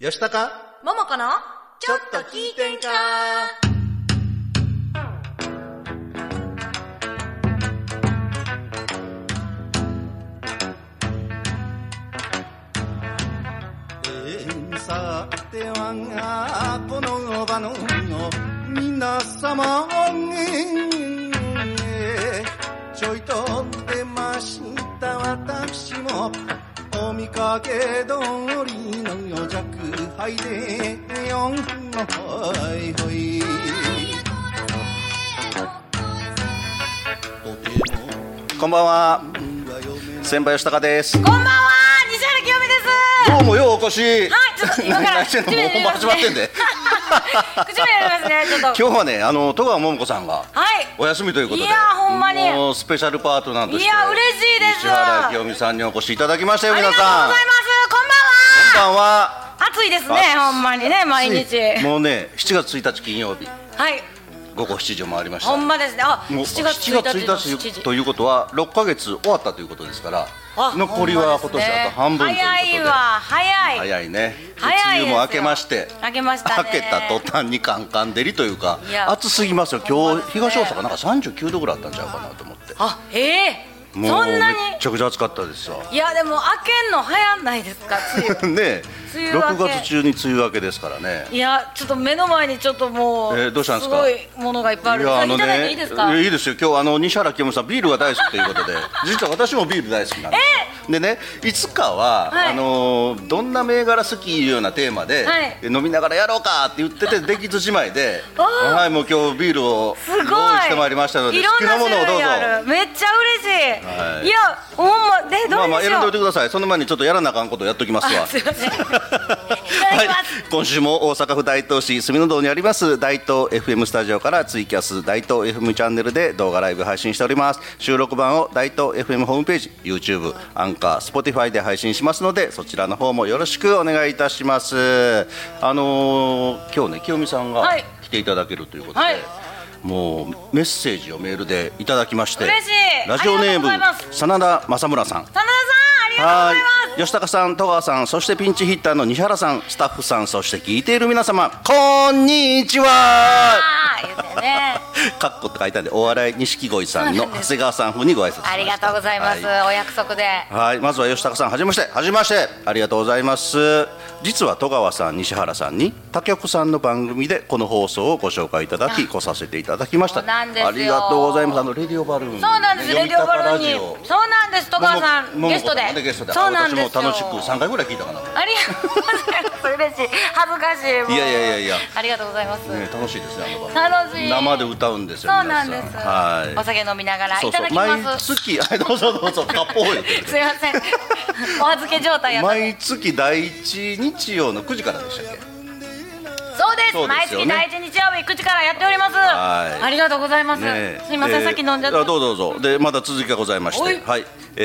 よしたかももこのちょっと聞いてんかえーさてはこの場の皆様えーちょいと出ました私もお見かけ通りの弱敗でよんほいほいこんばんは、先輩吉高です。こんばんは西原清美ですどうもようお越し。はいちょっと今から何してんのもう本番始まってんで。口笛やりますねちょっと今日はね、あの戸川桃子さんがはいお休みということで。いやーほんまにもうスペシャルパートナーとして。いや嬉しいです西原清美さんにお越しいただきましたよありがと皆うございますさん。こんばんはこんばんは。暑いですね暑いほんまにね毎日もうね、7月1日金曜日はい午後7時を回りました。ほんまですねあもう7月1日の7 7時日ということは6ヶ月終わったということですからあ残りはほんま今です年ねあと半分ということで早いわ早い早いね早いですよ梅雨も明けまして明けましたね明けた途端にカンカン照りというかいや暑すぎますよほん今ま日ですね東大阪なんか39度ぐらいあったんちゃうかなと思ってあええもうそんなにめっちゃくちゃ暑かったですよいやでも開けんの早ないですか梅雨 ね梅雨明6け月中に梅雨明けですからね いやちょっと目の前にちょっともう、えーどうしたんですかごいものがいっぱいあるいやあいのただいてねいいですかいいですよ今日あの西原清美さんビールが大好きということで実は私もビール大好きなんですでねいつかは、はいあのーどんな銘柄好きいうようなテーマで、はい飲みながらやろうかって言っててできずじまいであーはいもう今日ビールをす用ごい意してまいりましたのでいろ好きんななものを種どう類ぞあるめっちゃ嬉しい、はいい、やほんまでどまあまうあでし選ょんう、でおいてくださいその前にちょっとやらなあかんことやっときますわあすい ませんいただきはいます、、今週も大阪府大東市住の堂にあります大東 FM スタジオからツイキャス大東 FM チャンネルで動画ライブ配信しております収録版を大東 FM ホームページ YouTube アンカー Spotify で配信しますのでそちらの方もよろしくお願いいたしますあのー今日ね清美さんがはい来ていただけるということで、はいもうメッセージをメールでいただきまして嬉しいラジオあネームりがとうございます真田正村さん真田さんありがとうござはいますい、吉高さん、戸川さん、そしてピンチヒッターの西原さん、スタッフさん、そして聞いている皆様、こんにちは。あー言ってねかっこって書いてあるんで、お笑い錦鯉さんそのうなんです長谷川さん風にご挨拶しましたありがとうございます、はお約束ではい、まずは吉高さん、はじめまして、はじめまして、ありがとうございます。実は戸川さん、西原さんに、他局さんの番組で、この放送をご紹介いただき、来させていただきました。そうなんですよありがとうございます。あのレディオバルーそン、うなんです、レディオバルーンに読みたかラジオそうなんです戸川さんももゲストでももこさんねゲストでそうなんですよ私も楽しく三回ぐらい聞いたかな。ありがとうございます嬉しい恥ずかしいもういやいやいやいやありがとうございます、ね、楽しいですね、あの場楽しい生で歌うんですそうよ。なんで皆さす、はい。お酒飲みながらそういそたうだきま毎す月、はい、どうぞど うぞ、カッポー言うてるすいませんお預け状態やった毎月第一日曜の9時からでしたっけ。そうですそう毎ですよ月ね第一日曜日9時からやっておりますはいありがとうございます、すいません、えーさっき飲んじゃったあどうぞどうぞ。でまだ続きがございましおて、いはい、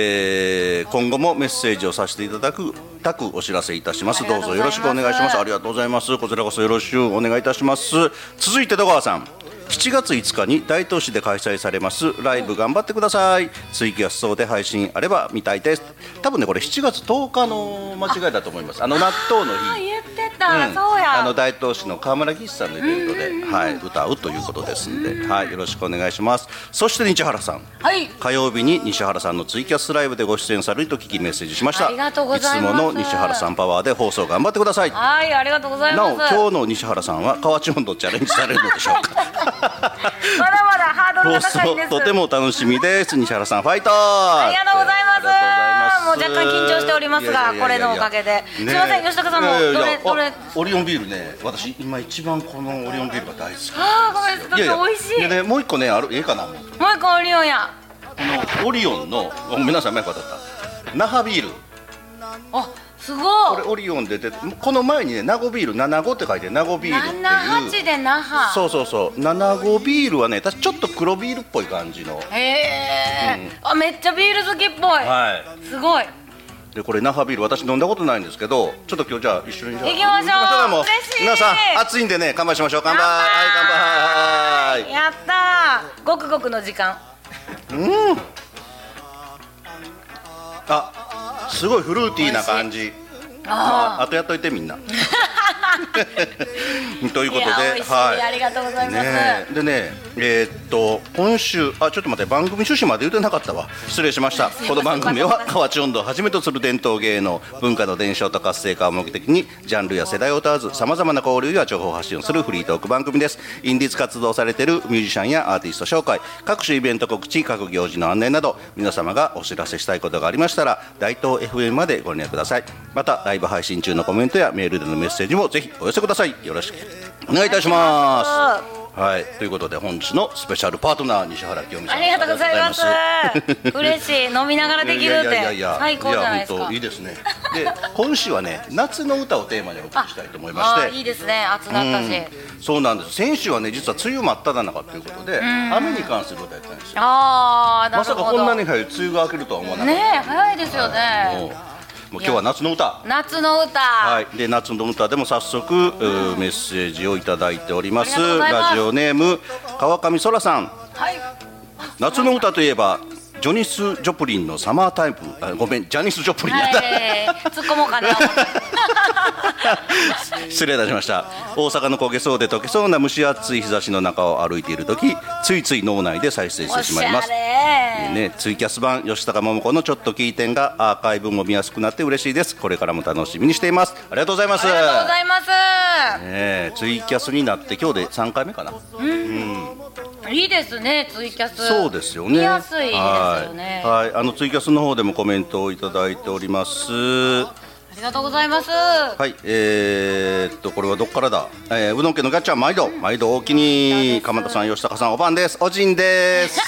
えー今後もメッセージをさせていただくたくお知らせいたします。ありがどうとうぞございますよろしくお願いします。ありがとうございます。こちらこそよろしくお願いいたします。続いて戸川さん。7月5日に大東市で開催されますライブ頑張ってください追記はそうで配信あれば見たいです多分ねこれ7月10日の間違いだと思いますあの納豆のあ日言ってた、うんそうやあの大東市の河村技師さんのイベントで、はい、歌うということですんで、はい、よろしくお願いします。そして西原さん。はい火曜日に西原さんのツイキャスライブでご出演されると聞きメッセージしました。ありがとうございますつもの西原さんパワーで放送頑張ってください。なはいありがとうございますお今日の西原さんは河内温度チャレンジされるのでしょう か。まだまだハードル放が高い送ですとても楽しみです。西原さんファイト。あありがとうございますもう若干緊張しておりますがこれのおかげですいません吉高さんもどれどれオリオンビールね私今一番このオリオンビールが大好きあーごめんなさい美味しいでねもう一個ねあるええかなこもう一個オリオンやのオリオンのごめんなさい前からった那覇ビールあすごいこれオリオンで出てこの前にね名護ビール75って書いて名護ビールってい78うで那覇そうそうそう75ビールはね私ちょっと黒ビールっぽい感じのへえ、あめっちゃビール好きっぽい、はすごいいでこれ那覇ビール私飲んだことないんですけどちょっと今日じゃあ一緒にじゃあ行きましょうも嬉しい皆さん暑いんでね乾杯しましょう乾杯はい乾杯やったーごくごくの時間あすごいフルーティーな感じあ あとやっといてみんな ということで、や美味しい、はい。ありがとうございます。ねえ、でね、えーっと今週あちょっと待って番組趣旨まで言ってなかったわ失礼しましたこの番組は河内音頭をはじめとする伝統芸能文化の伝承と活性化を目的にジャンルや世代を問わずさまざまな交流や情報発信をするフリートーク番組ですインディーズ活動をされているミュージシャンやアーティスト紹介各種イベント告知各行事の案内など皆様がお知らせしたいことがありましたら大東 FM までご連絡くださいまたライブ配信中のコメントやメールでのメッセージもぜひお寄せくださいよろしくお願いいたしますはい、ということで本日のスペシャルパートナー西原清美さんありがとうございます ありがとうございま。嬉しい、飲みながらできいるやっいやいやいてや最高じゃないですや本か当いい。ですね。で、今週はね、夏の歌をテーマにお送りしたいと思いましあて。ーいいですね、暑なったし。うんそうなんです。先週はね、実は梅雨真っ只中ということで、雨に関する歌やったんですよ。ああ、なるまさほど。かこんなに早い梅雨が明けるとは思わなかねっえ、早いですよた。もう、もうね。今日は夏の歌。夏の歌。はい、で夏の歌でも早速、うーメッセージをいただいておりまありすがとうございますラジオネーム川上そらさんはい。夏の歌といえばジョニス・ジョプリンのサマータイムあごめんジャニス・ジョプリンだった、はい、突っ込もうかな。 失礼いたしました大阪の焦げそうで溶けそうな蒸し暑い日差しの中を歩いている時ついつい脳内で再生しておししまいまゃすれ。ね、ツイキャス版吉高桃子のちょっと聞いてんがアーカイブも見やすくなって嬉しいですこれからも楽しみにしていますありがとうございまあすりがとうございます。ねえツイキャスになって今日で3回目かな、いいですね、ツイキャス。そうですよね見やすいですよね。あはいはいあのツイキャスの方でもコメントをいただいておりますりがとうございます。はい、えー、っと、これはどっからだ、えー、うどん家のガッチャン毎度、毎度大きに、鎌田さん、吉高さん、おばんです、おじん です。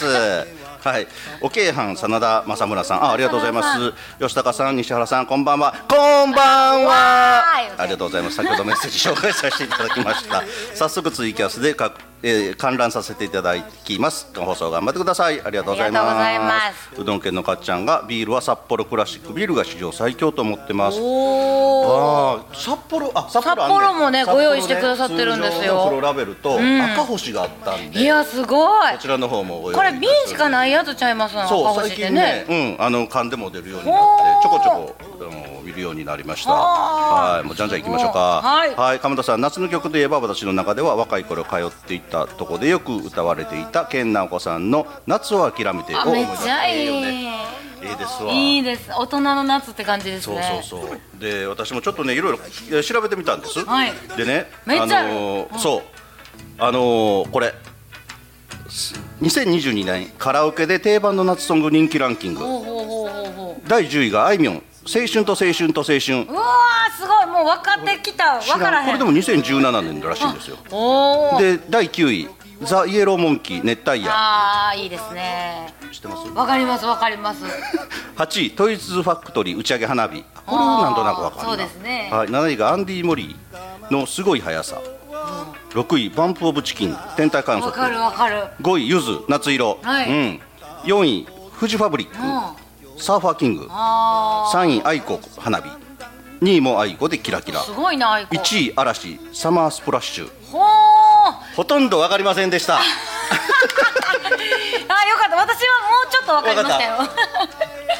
はい、おけいはん、真田正村さん、あ、ありがとうございます。吉高さん、西原さん、こんばんは、こんばんはわーい。ありがとうございます。先ほどメッセージ紹介させていただきま した。早速ツイキャスで、か、えー、観覧させていただきます。放送頑張ってください。ありがとうございまありがとす。うございますうどん家のかっちゃんが、ビールは札幌クラシックビールが史上最強と思ってます。おお。ああ札幌あ札幌,、札幌もねご用意してくださってるんですよ札幌ね通常の黒ラベルと赤星があったんで、いや、すごいこ。ちらの方もご用意これ瓶しかいないやつちゃいますのそう赤最星って近ねねうんあの缶でも出るようになってちょこちょこあの見るようになりましたはあはいもうじゃんじゃん行きましょうかはい鎌田さん夏の曲といえば私の中では若い頃通っていたとこでよく歌われていた健直子さんの「夏を諦めて」をあ思いめ出っすちゃいい、ええですわいいです大人の夏って感じですそうねそうそうで私もちょっとねいろいろえー調べてみたんです、はいでねめっちゃあるのーそうあのーこれす2022年カラオケで定番の夏ソング人気ランキングほうほうほうほうほう第10位があいみょん青春と青春と青春うわーすごいもう分かってきた分からこへれんでも2017年らしいんですよおおで第9位ザ・イエローモンキー熱帯夜あーいいですね知ってますわかりますわかります8位トイズファクトリー打ち上げ花火これはなんとなくわかるなそうですねはい、7位がアンディ・モリーのすごい速さ6位バンプ・オブ・チキン天体観わかる測わかる5位ゆず夏色、はいうん、4位フジファブリック、うんサーファーキングあ3位愛子花火2位も愛子でキラキラーすごいなアイコン1位嵐サマースプラッシュほー あほとんどわかりませんで したーよかった私はもうちょっとわかりましたよわ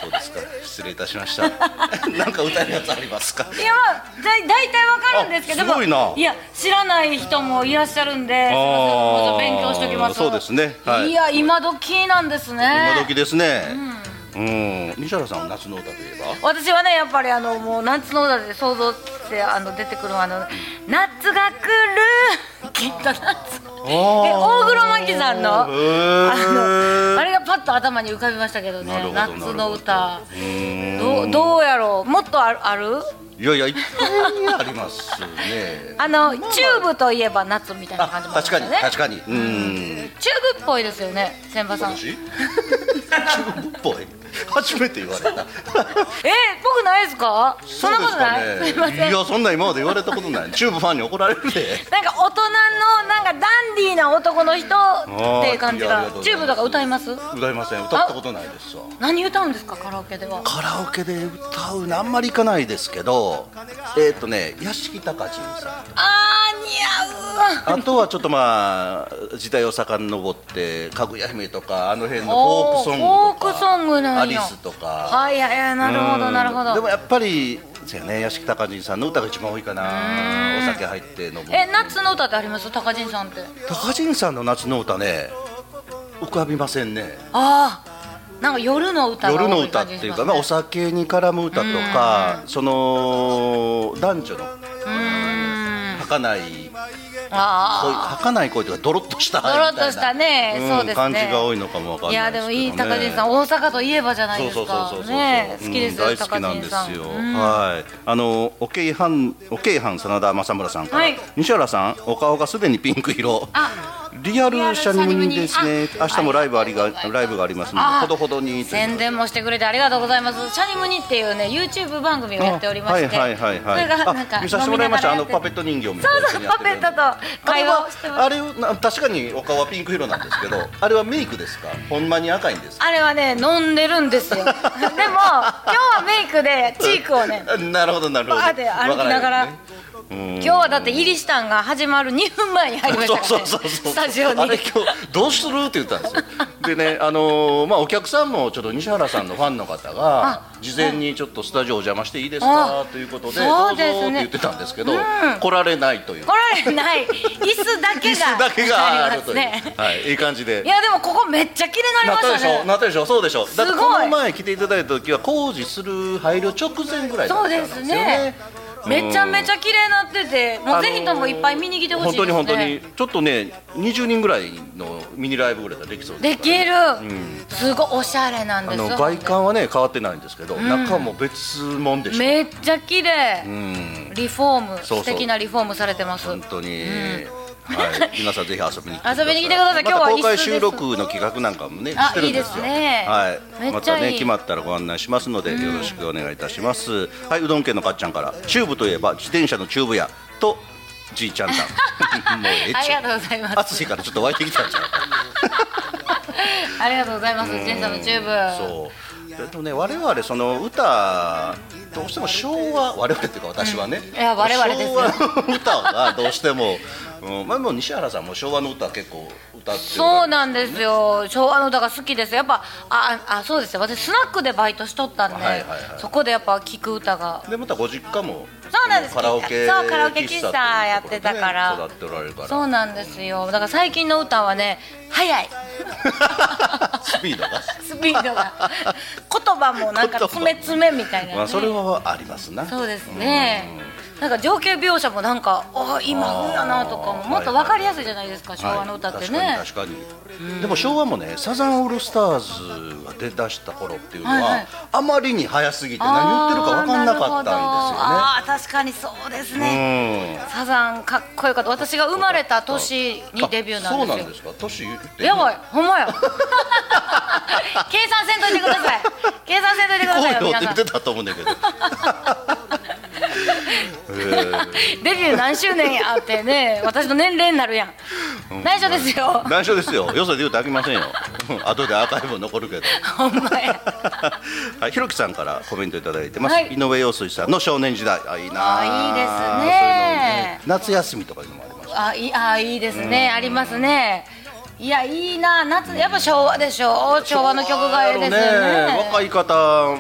そうですか失礼いたしました なんか歌えるやつありますか いやまあだ大体わかるんですけどあすごいなや知らない人もいらっしゃるんであーすいませんちょっと勉強しておきますそうですねはいいや今時なんですね今時ですねうん、西原さん夏の歌といえば私はねやっぱりあのもう夏の歌で想像ってあの出てくるあの夏が来るきっと夏え大黒摩季さんのあへーのあれがパッと頭に浮かびましたけどねなるほど夏の歌うんどうどうやろうもっとあるあるいやいやいっぱ いありますねあのチューブといえば夏みたいな感じもあり確ますかによね確かにうんチューブっぽいですよね、千葉さん。え私自分っぽい初めて言われたー、僕ないですか？そんなことない。そうすみですかまねせん。いやそんな今まで言われたことないチューブファンに怒られるでなんか大人のなんかダンディーな男の人っていう感じいやありががとうございますチューブとか歌います？歌いません歌ったことないですわ何歌うんですかカラオケでは？カラオケで歌うのあんまり行かないですけどえっ、とね屋敷隆人さんあー似合う。あとはちょっとまあ時代を遡ってかぐや姫とかあの辺のフォークソおーングとかフォークソングなんやアリスとかはいはいはいなるほどなるほでども。やっぱりそうやね屋敷隆人さんの歌が一番多いかなお酒入って飲むえ夏の歌ってあります高人さんって高人さんの夏の歌ね浮かびませんねああなんか夜の歌が夜の多い歌っ感じてしますねいうか、まあ、お酒に絡む歌とかその男女の儚いそういうあ儚い声というかドロッとしたみたいドロなッとしたねんそうですね感じが多いのかもわあかんいなやいでですけど、もね、いい高人さん大阪といえばじゃないそうでそうすそうかそうそう、ね好きですうよん大好高きなん人でさんすよ、うんはいあのおけいはんおけいはん真田正村さんから、はい西原さんお顔がすでにピンク色あリアルシャニムニですリアね明ルシャニムニあ日もライブありがありがとうございますライブがありますのであほどほどにという宣伝もしてくれてありがとうございます。シャニムニっていうね YouTube 番組をやっておりまして、はいはいはいはいそれがなんかあ見させてもらいましたあのパペッット人形みたいなそうやつそうにやパってペるットと会話をしてます。あれはあれな確かにお顔はピンク色なんですけどあれはメイクですかほんまに赤いんですかあれはね飲んでるんです よ。でも今日はメイクでチークをね。なるほどなるほどバーって歩きながら今日はだってイリシタンが始まる2分前に入りましたからそうねそうそうそうスタジオにあれ今日どうするって言ったんですよでねあのーまあお客さんもちょっと西原さんのファンの方が事前にちょっとスタジオお邪魔していいですかあということでそうですねどうぞって言ってたんですけど、来られないという来られない椅子だけ 椅が子だけがありるますという、ねはい、いい感じでいやでもここめっちゃ綺麗にななりったましでしたょねなったでしょそうでしょだってすこごいの前来ていただいた時は工事する配慮直前ぐらいだっそたうんでですよすねねめちゃめちゃゃ綺麗になっててもうぜひともいっぱい見に来てほしいですね本当に本当にちょっとね20人ぐらいのミニライブぐらいができそうできる、すごいおしゃれなんであすの外観はね変わってないんですけど、中も別もんでしょめっちゃ綺麗、うんリフォームそうそう素敵なリフォームされてます本当に、はい、皆さんぜひ遊びに来てくださ遊いびに来てください今日はまた公開必須です収録の企画なんかもねあしてるんですよいいですねはいめまっちゃいたいね決まったらご案内しますので、よろしくお願いいたしますはいうどん家のかっちゃんからチューブといえば自転車のチューブ屋とじいちゃ んだもうええっありちゅがとうございます 暑いからちょっと湧いてきたんちゃうありがとうございますジェンさんのチューブそうでもね我々その歌どうしても昭和我々っていうか私はね、んいや我々です昭和の歌がどうしても、 うん、まあもう西原さんも昭和の歌結構歌ってるそうなんですよ昭和の歌が好きですやっぱああそうですよ私スナックでバイトしとったんで、はいはいはいそこでやっぱ聴く歌がでまたご実家もそうなんですカラオケそうカラオケというところでね喫茶やってたから育っておられるからそうなんですよだから最近の歌はね速いスピードが。スピード が言葉もなんか詰め詰めみたいな、ねまあそれはありますな。そうですね。なんか情景描写もなんか、ああ、今風やなとかも、もっとわかりやすいじゃないですか、昭和の歌ってはいね。確かに確かに、でも昭和もねサザンオールスターズが出だした頃っていうのは、はいはいあまりに早すぎて何言ってるか分かんなかったんあーなるほどあー、確かにそうですですよね。ね。うんサザンかっこよかった、私が生まれた年にデビューなんですよ。あそうなんですか年言ってやばい、ほんまや。 計算せんといてください。計算せんといてくださいよ、こうよっ皆さんて言っ。てたと思うんだけどデビュー何周年やってね、私の年齢になるやん。内緒ですよ。内緒ですよよそで言うとあきませんよ 後でアーカイブ残るけど ほんまや。はい、ひろきさんからコメントいただいてます、はい井上陽水さんの少年時代あいいなああいいですねそういうのも夏休みとかいうのもありますあいいあいいですねありますねいやいいな夏やっぱ昭和でしょ昭和の曲がええですよね若い方、うん、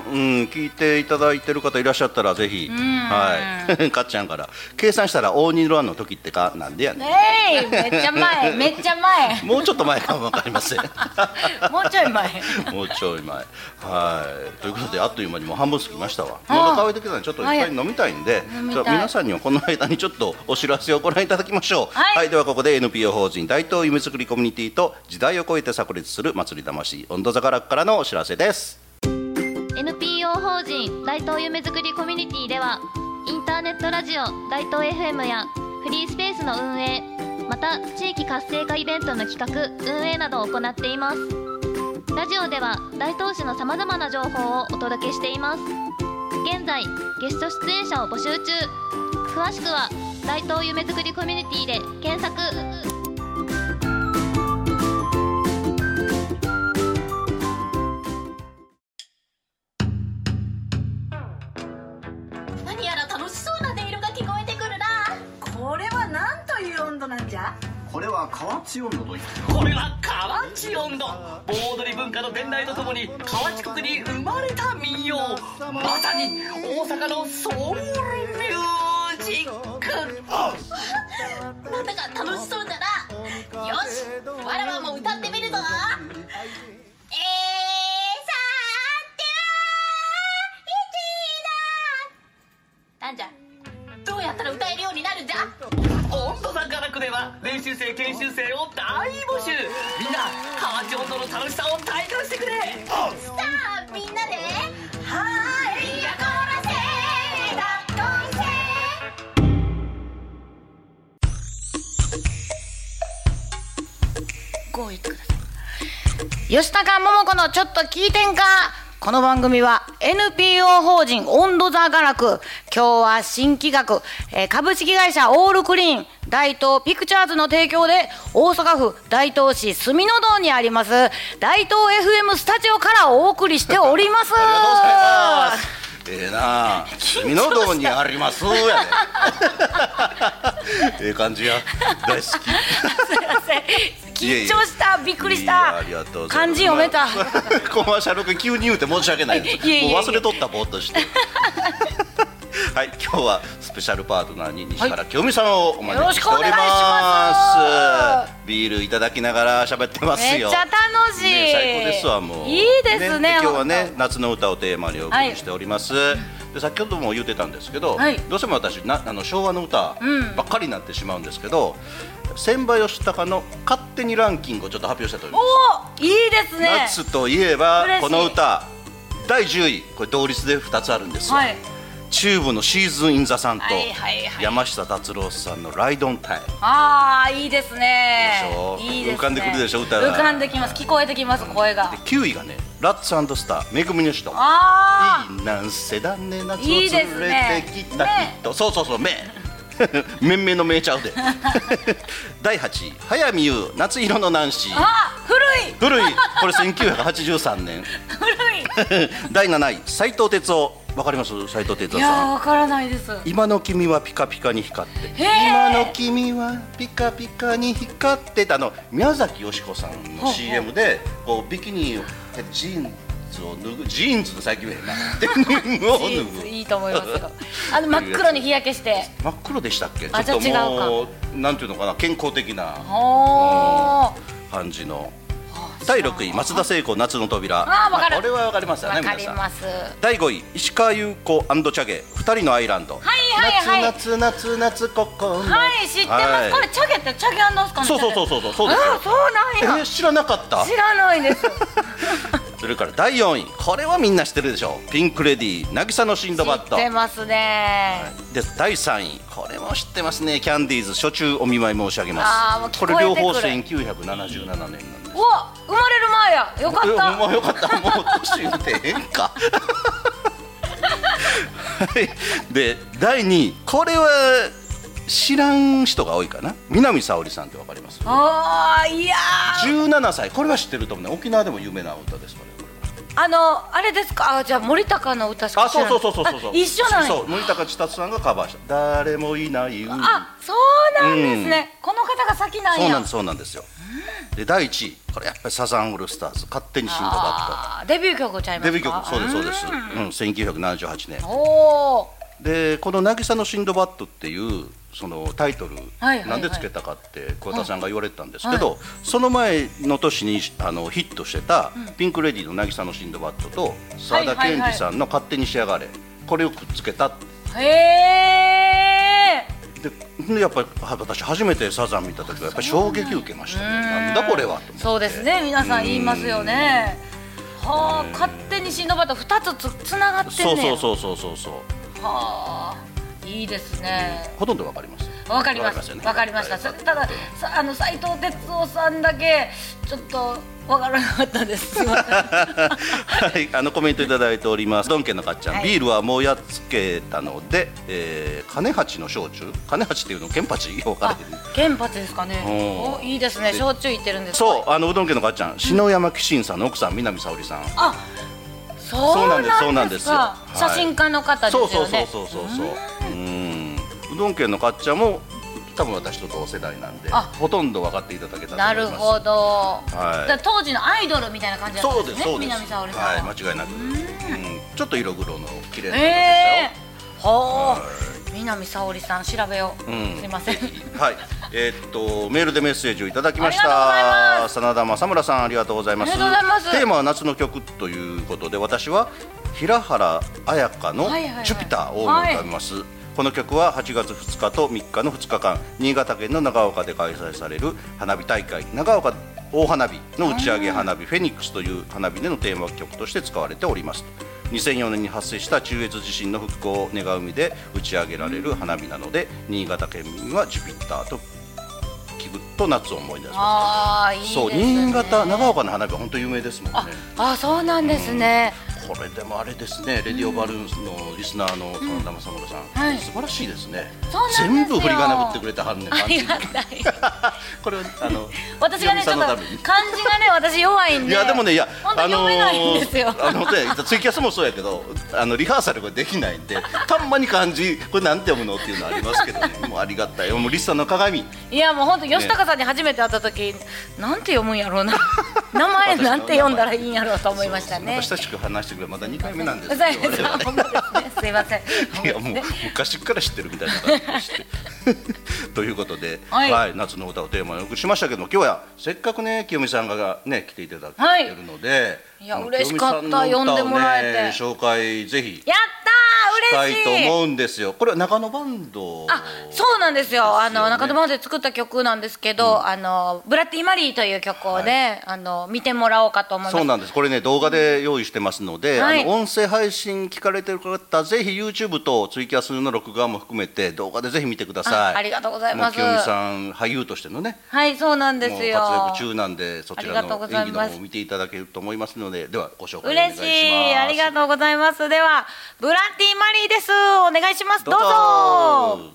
聞いていただいてる方いらっしゃったらぜひ、はい、 かっちゃんから計算したら大二ロアンの時ってかなんでやねんえいめっちゃ前めっちゃ前もうちょっと前かもわかりませんもうちょい前 もうちょい前はいということであっという間にもう半分過ぎましたわああ喉乾いてきたのでちょっといっぱい飲みたいんで、飲みじたゃいあ皆さんにはこの間にちょっとお知らせをご覧いただきましょうはいではここで NPO 法人大東夢作りコミュニティと時代を超えて炸裂する祭り魂温度座からからのお知らせです NPO 法人大東夢づくりコミュニティではインターネットラジオ大東 FM やフリースペースの運営また地域活性化イベントの企画運営などを行っていますラジオでは大東市のさまざまな情報をお届けしています現在ゲスト出演者を募集中詳しくは大東夢づくりコミュニティで検索何やら楽しそうな音色が聞こえてくるなこれはなんという温度なんじゃこれは河内温度と言ってこれは河内音頭盆踊り文化の伝来とともに河内国に生まれた民謡まさに大阪のソウルミュージックなんだか楽しそうだなよしわらわも歌ってみるぞえー、さては一だなんじゃどうやったら歌えるようになるんじゃ音頭山から区では練習生研修生を大募集みんな河内音頭の楽しさを体感してくれさあみんなではーいやこらせだっこいせご応援ください吉高桃子のちょっと聞いてんかこの番組は NPO 法人温度座画楽今日は新企画、えー株式会社オールクリーン大東ピクチャーズの提供で大阪府大東市住の堂にあります大東 FM スタジオからお送りしておりますありがとうございますえ えなあ君の堂にありますやでええ感じや大好きすいません緊張したびっくりしいやたありがとうござい漢ます字読めた コマーシャル君急に言うて申し訳ないですいえいえいえもう忘れとったぼーっとして はい今日はスペシャルパートナーに西原清美さんをお招きしておりよろしくお願いますしますビールいただきながら喋ってますめっちよゃ楽しい、ね最高ですわもういいですねで今日は本ね当夏の歌をテーマにお送りしております、で先ほども言ってたんですけど、はいどうしても私なあの昭和の歌うんばっかりになってしまうんですけど、千葉吉高の勝手にランキングをちょっと発表したいと思いますおいいですね夏といえば嬉しいこの歌第10位これ同率で2つあるんですよ、はいチューブのシーズン・イン・ザ・さんとはいはいはい山下達郎さんの「ライドンタイムああいいですねでしょいいですね浮かんでくるでしょ歌浮がかんできます聞こえてきます声が」 9位がね「ラッツスターめぐみの人」あいいなんせだね夏をいい連ですれねてきた人そうそうそうめ めんめんのめいちゃうで 第8位早見優夏色のナンシあーあ古い古いこれ1983年古 第7位斉藤哲夫わかります斉藤い哲い夫やさんーわからないですは今の君はピカピカに光ってへー今の君はピカピカに光ってたの宮崎美子さんの CM でこうビキニをジーンズを脱ぐジーンズの最近言えへんな デニムを脱ぐいいと思います よあの真っ黒に日焼けして真っ黒でしたっけあちょっとじゃあ違うかもうなんていうのかな健康的なおー感じの第6位松田聖子夏の扉あーわかるまこれはわかりますよねわか皆りさんます第5位石川優子チャゲ二人のアイランドはいはいはい夏夏夏夏ここのはい知ってます、はいこれチャゲってチャゲアンドスかねそうそうそううそうそうそうですよあーそうなんえやー知らなかった知らない ですそれから第4位これはみんな知ってるでしょピンク・レディー渚のシンドバッ知ドってますねで第3位これも知ってますねキャンディーズ初中お見舞い申し上げますあーもうこ聞こえれてくる両方1977年なんですお生まれる前やよかっえほんまたよかったもう年言うてへんかはいで第2位これは知らん人が多いかな南沙織さんってわかりますあーいやー17歳これは知ってると思うね沖縄でも有名な歌ですこれあのあれですかあじゃあ森高の歌しかあ、知らそなういそうそうそうそうそう。あ一緒なんやそう、森高千達さんがカバーした。誰もいない海。あそうなんですね、この方が先なんやそうなんです、そうなんですよ。で、第一位、これやっぱりサザンオールスターズ、勝手にシンドバあーデビュー曲ちゃいッまド。すかデビュー曲、そうです、そうです。うん、1978年。おおで、この渚のシンドバッドっていう。そのタイトル、はいはいなんでつけたかって桑田さんが言われてたんですけど、その前の年にあのヒットしてた、ピンク・レディーの「渚のシンドバッド」と澤田研二さんの「勝手に仕上がれ」これをくっつけたってへえででやっぱりは私初めてサザン見た時はやっぱり衝撃受けましたねなんだこれはと思ってそうですね皆さん言いますよねはあ勝手にシンドバッド二つつつながってんねそうそううそうそうそうそうはあいいですねほとんどわかりますわかりますよねわかりましたはいそれたださあの斉藤哲夫さんだけちょっとわからなかった ですすいませんはい、あのコメントいただいております。ドンケンのかっちゃん、はいビールはもうやっつけたので、えー、金八の焼酎、金八っていうのケンパチわからへんあ、原発ですかねお。ーお、いいですね。焼酎いってるんですか。そう、あのうどん家のかっちゃん、篠山紀信さんの奥さん、南沙織さん。あ、そうなんですか。そうなんですそうなんですよはい写真家の方ですそようね。そうそうそうそうそう。うん、うどん家のかっちゃんも多分私と同世代なんであほとんど分かっていただけたと思いまなするほど、はいだから当時のアイドルみたいな感じだったそんうでですすねそうです南沙織さんはいは、間違いなくうんちょっと色黒の綺麗な色でえー、ほはう南沙織さん調べよう、うんすいませんしたよはいえーっとメールでメッセージをいただきましたありがとうございます真田正村さんありがとうございますありがとうございますテーマは夏の曲ということで私は平原綾香のはいはいはい「ジュピター」を思い浮かべます、この曲は8月2日と3日の2日間新潟県の長岡で開催される花火大会長岡大花火の打ち上げ花火フェニックスという花火でのテーマ曲として使われております2004年に発生した中越地震の復興を願う意味で打ち上げられる花火なので新潟県民はジュピターと聞くと夏を思い出しますあーいいですねそう新潟長岡の花火は本当有名ですもんねあそうなんですね、これでもあれですね、レディオバルーンのリスナーの真田正村さん、はい素晴らしいですね。そうなんですよ全部振り仮名振ってくれてはるね。ありがたいたい。 これはあの 私がねちょっ読とみさ漢んの字ためにがね私弱いんでいやでもねいや本当読めないんですよ、あのーあのねツイキャスもそうやけどあのリハーサルができないん でたんまに漢字これなんて読むのっていうのありますけどねもうありがたいもうリスナーの鏡いやもう本当吉高さんに初めて会った時、なんて読むんやろう な名前なんて読んだらいいんやろうと思いましたねそうそうなんか親しく話してくれまだ二回目なんですうけざどいです我々ほんまですねす いませんいやもう昔から知ってるみたいな感じ でしてということで、ははいい夏の歌をテーマにお送りしましたけども今日はせっかくね清美さんがね来ていただいはいてるので、いやもう嬉しかった清美さの歌を呼んでもらえてね紹介ぜひしやったたーい嬉しいと思うんですよこれは中野バンドあそうなんですよあのですよね中島で作った曲なんですけど、あのブラッディ・マリーという曲をね、あの見てもらおうかと思いますそうなんですこれね動画で用意してますので、はいあの音声配信聞かれてる方ぜひ YouTube とツイキャスの録画も含めて動画でぜひ見てくださいあありがとうございますもう清美さん俳優としてのねはいそうなんですよもう活躍中なんでそちあらりがとうのご演ざい技のます方を見ていただけると思いますのでではご紹介お願い嬉ししますいありがとうございますではブラッディ・マリーですお願いしますどうぞどうぞ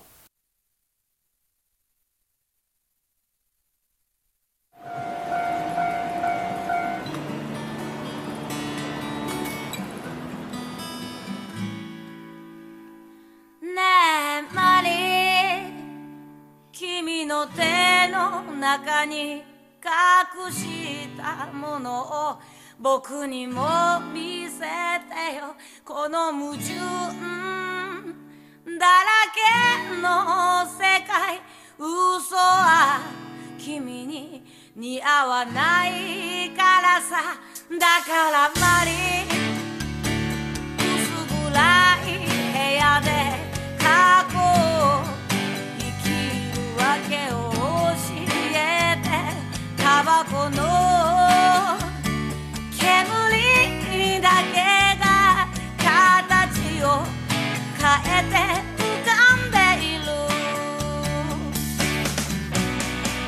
ねえマリー君の手の中に隠したものを僕にも見せてよこの矛盾だらけの世界嘘は君に似合わないからさだからマリー薄暗い部屋で過去を生きるわけを教えてタバコの煙だけが形を変えて浮かんでいる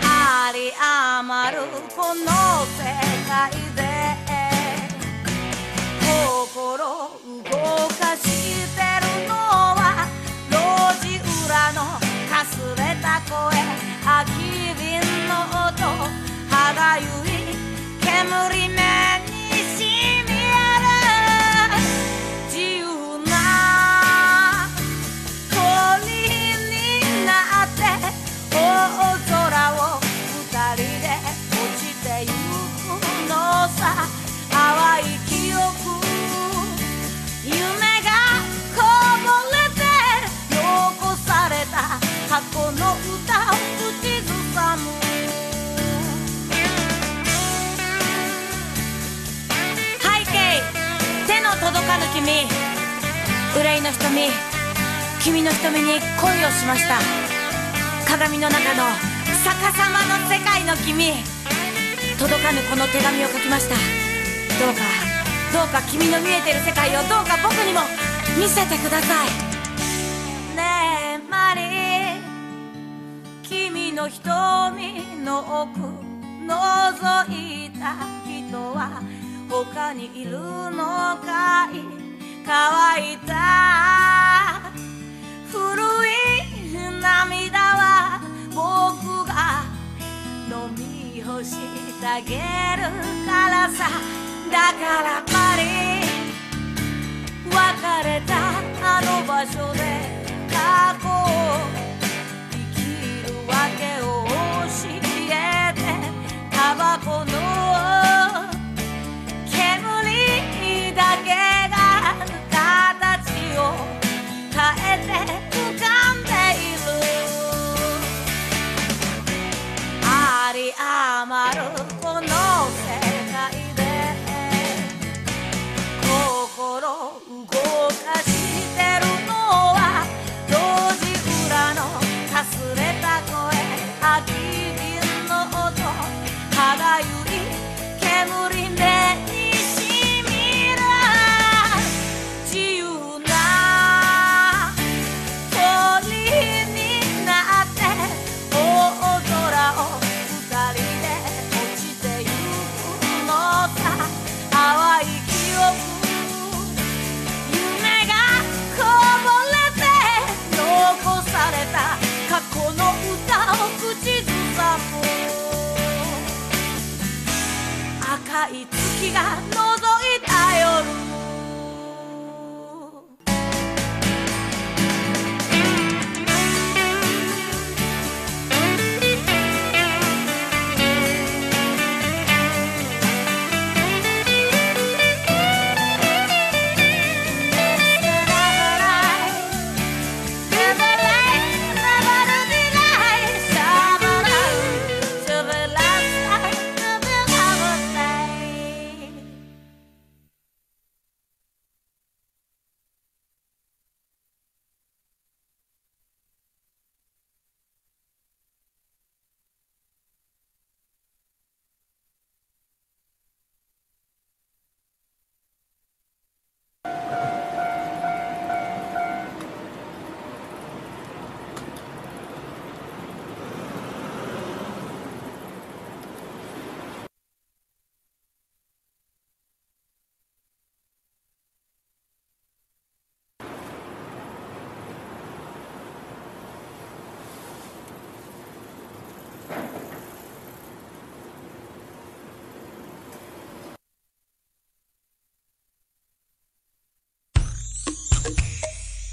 あり余るこの世界で心動かしてるのは路地裏のかすれた声空き瓶の音肌ゆい煙目にしみある自由な鳥になって大空を二人で落ちてゆくのさ淡い記憶夢がこぼれて残された箱の歌を口ずさむ背景手の届かぬ君憂いの瞳君の瞳に恋をしました鏡の中の逆さまの世界の君届かぬこの手紙を書きましたどうかどうか君の見えてる世界をどうか僕にも見せてくださいねえマリー君の瞳の奥覗いた人は他にいるのかい乾いた古い涙は僕が飲み干してあげるからさだからパリ別れたあの場所で過去を生きるわるこの世界で心動かしてるのは路地裏のかすれた声秋瓶の音歯がゆい煙目にしみる自由な鳥になって大空を二人で落ちてゆくのさ淡い記憶夢がこぼれて残された過去の歌を口ずさむ赤い月が覗いた夜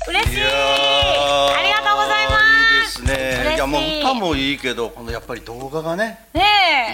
嬉しいいやーありがとうございますいいで嬉しすいね。いやもう歌もいいけど、このやっぱり動画がね、ね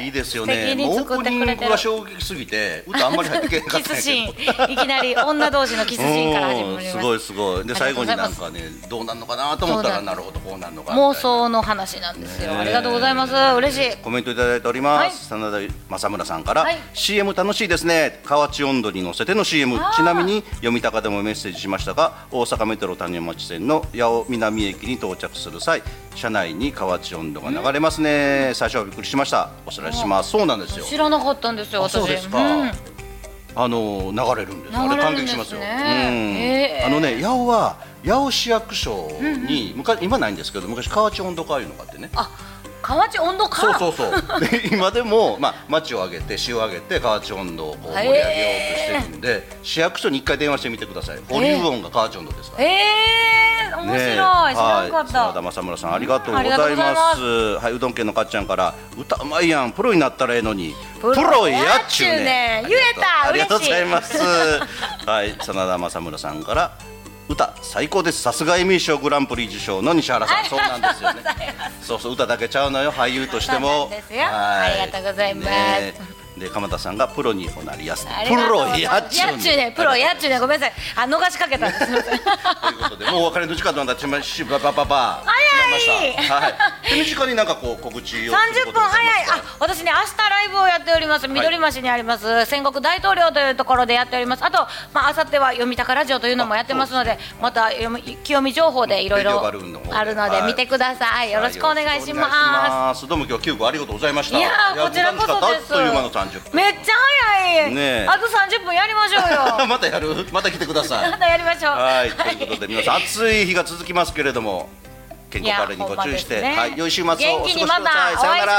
えいいですよ素ね。敵もにうオー作っプてニくれてングるが衝撃すぎて、歌あんまり入ってけなか っキたんスやシけど。ーンいきなり女同士のキスシーンから始まりまうんしすたごいすごいであり最がと後うごにざいまなすんかねどうなんのかなと思ったらそうななんるほどこうなんのかみたいな妄想の話なんですよ、ねえありがとうございます嬉しいコメントいただいております、真田正村さんから、はい CM 楽しいですね河内温度に乗せての CM あーちなみに読み高でもメッセージしましたが大阪メトロ谷町線の八尾南駅に到着する際車内に河内温度が流れますね最初はびっくりしましたお知らせしますそうなんですよ知らなかったんですよあ私そうですか、うんあの流れるんです流れるんあれ感で激すねしますよ、へえあのね八尾は八尾市役所に、昔今ないんですけど昔河内温度会いうのがあってねあ河内温度かそうそうそう。で今でもまあ町を挙げて市を挙げて河内温度をこう盛り上げようとしてるんで、市役所に一回電話してみてください。保留音が河内温度ですから。ええ面白い、ねえ知らんかった、はい、真田正村さんありがとうあごりがとうざごいざいまますすはいうどん県のかっちゃんから歌うまいやんプロになったらええのにプロプやっちゅうねんロ言えたありがとうありがとうご嬉しいざいま すはい真田正村さんから歌最高ですさすがエミー賞グランプリ受賞の西原さんそうなんですよねそうそう歌だけちゃうのよ俳優としてもそうなんですよはいありがとうございますねえで鎌田さんがプロにおなりやすありプがとうごロざいやまっすちゅうやっちゅうねプロやっちゅうねごめんなさいあ逃しかけたんですすいませんということで、もうお別れの時間となってしまいまし、ばばばば。早い違ましたはい。手短になんかこう告知を。 30分早いあ私ね明日ライブをやっております緑町にあります、戦国大統領というところでやっておりますあとまあ明後日は読み高ラジオというのもやってますのでまた読み清見情報でいろいレディろオあバルるーンのの方で。で見てください、よろしくお願いしますどうも今日急遽ありがとうございましす、た。いやーこちらこ時間そ経でっすという間の30分。めっちゃ早い、ねえあと30分やりましょうよ またやる、また来てくださいま。たやりましょうはい、ということで、皆さん暑い日が続きますけれども。健康管理にご注意して、いやほんまですねはい、良い週末をお過ごしください。元気にまたさよなら。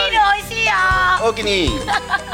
お会いしましょうバイバイ乾杯ビ乾杯。ール美味しいよおおきに。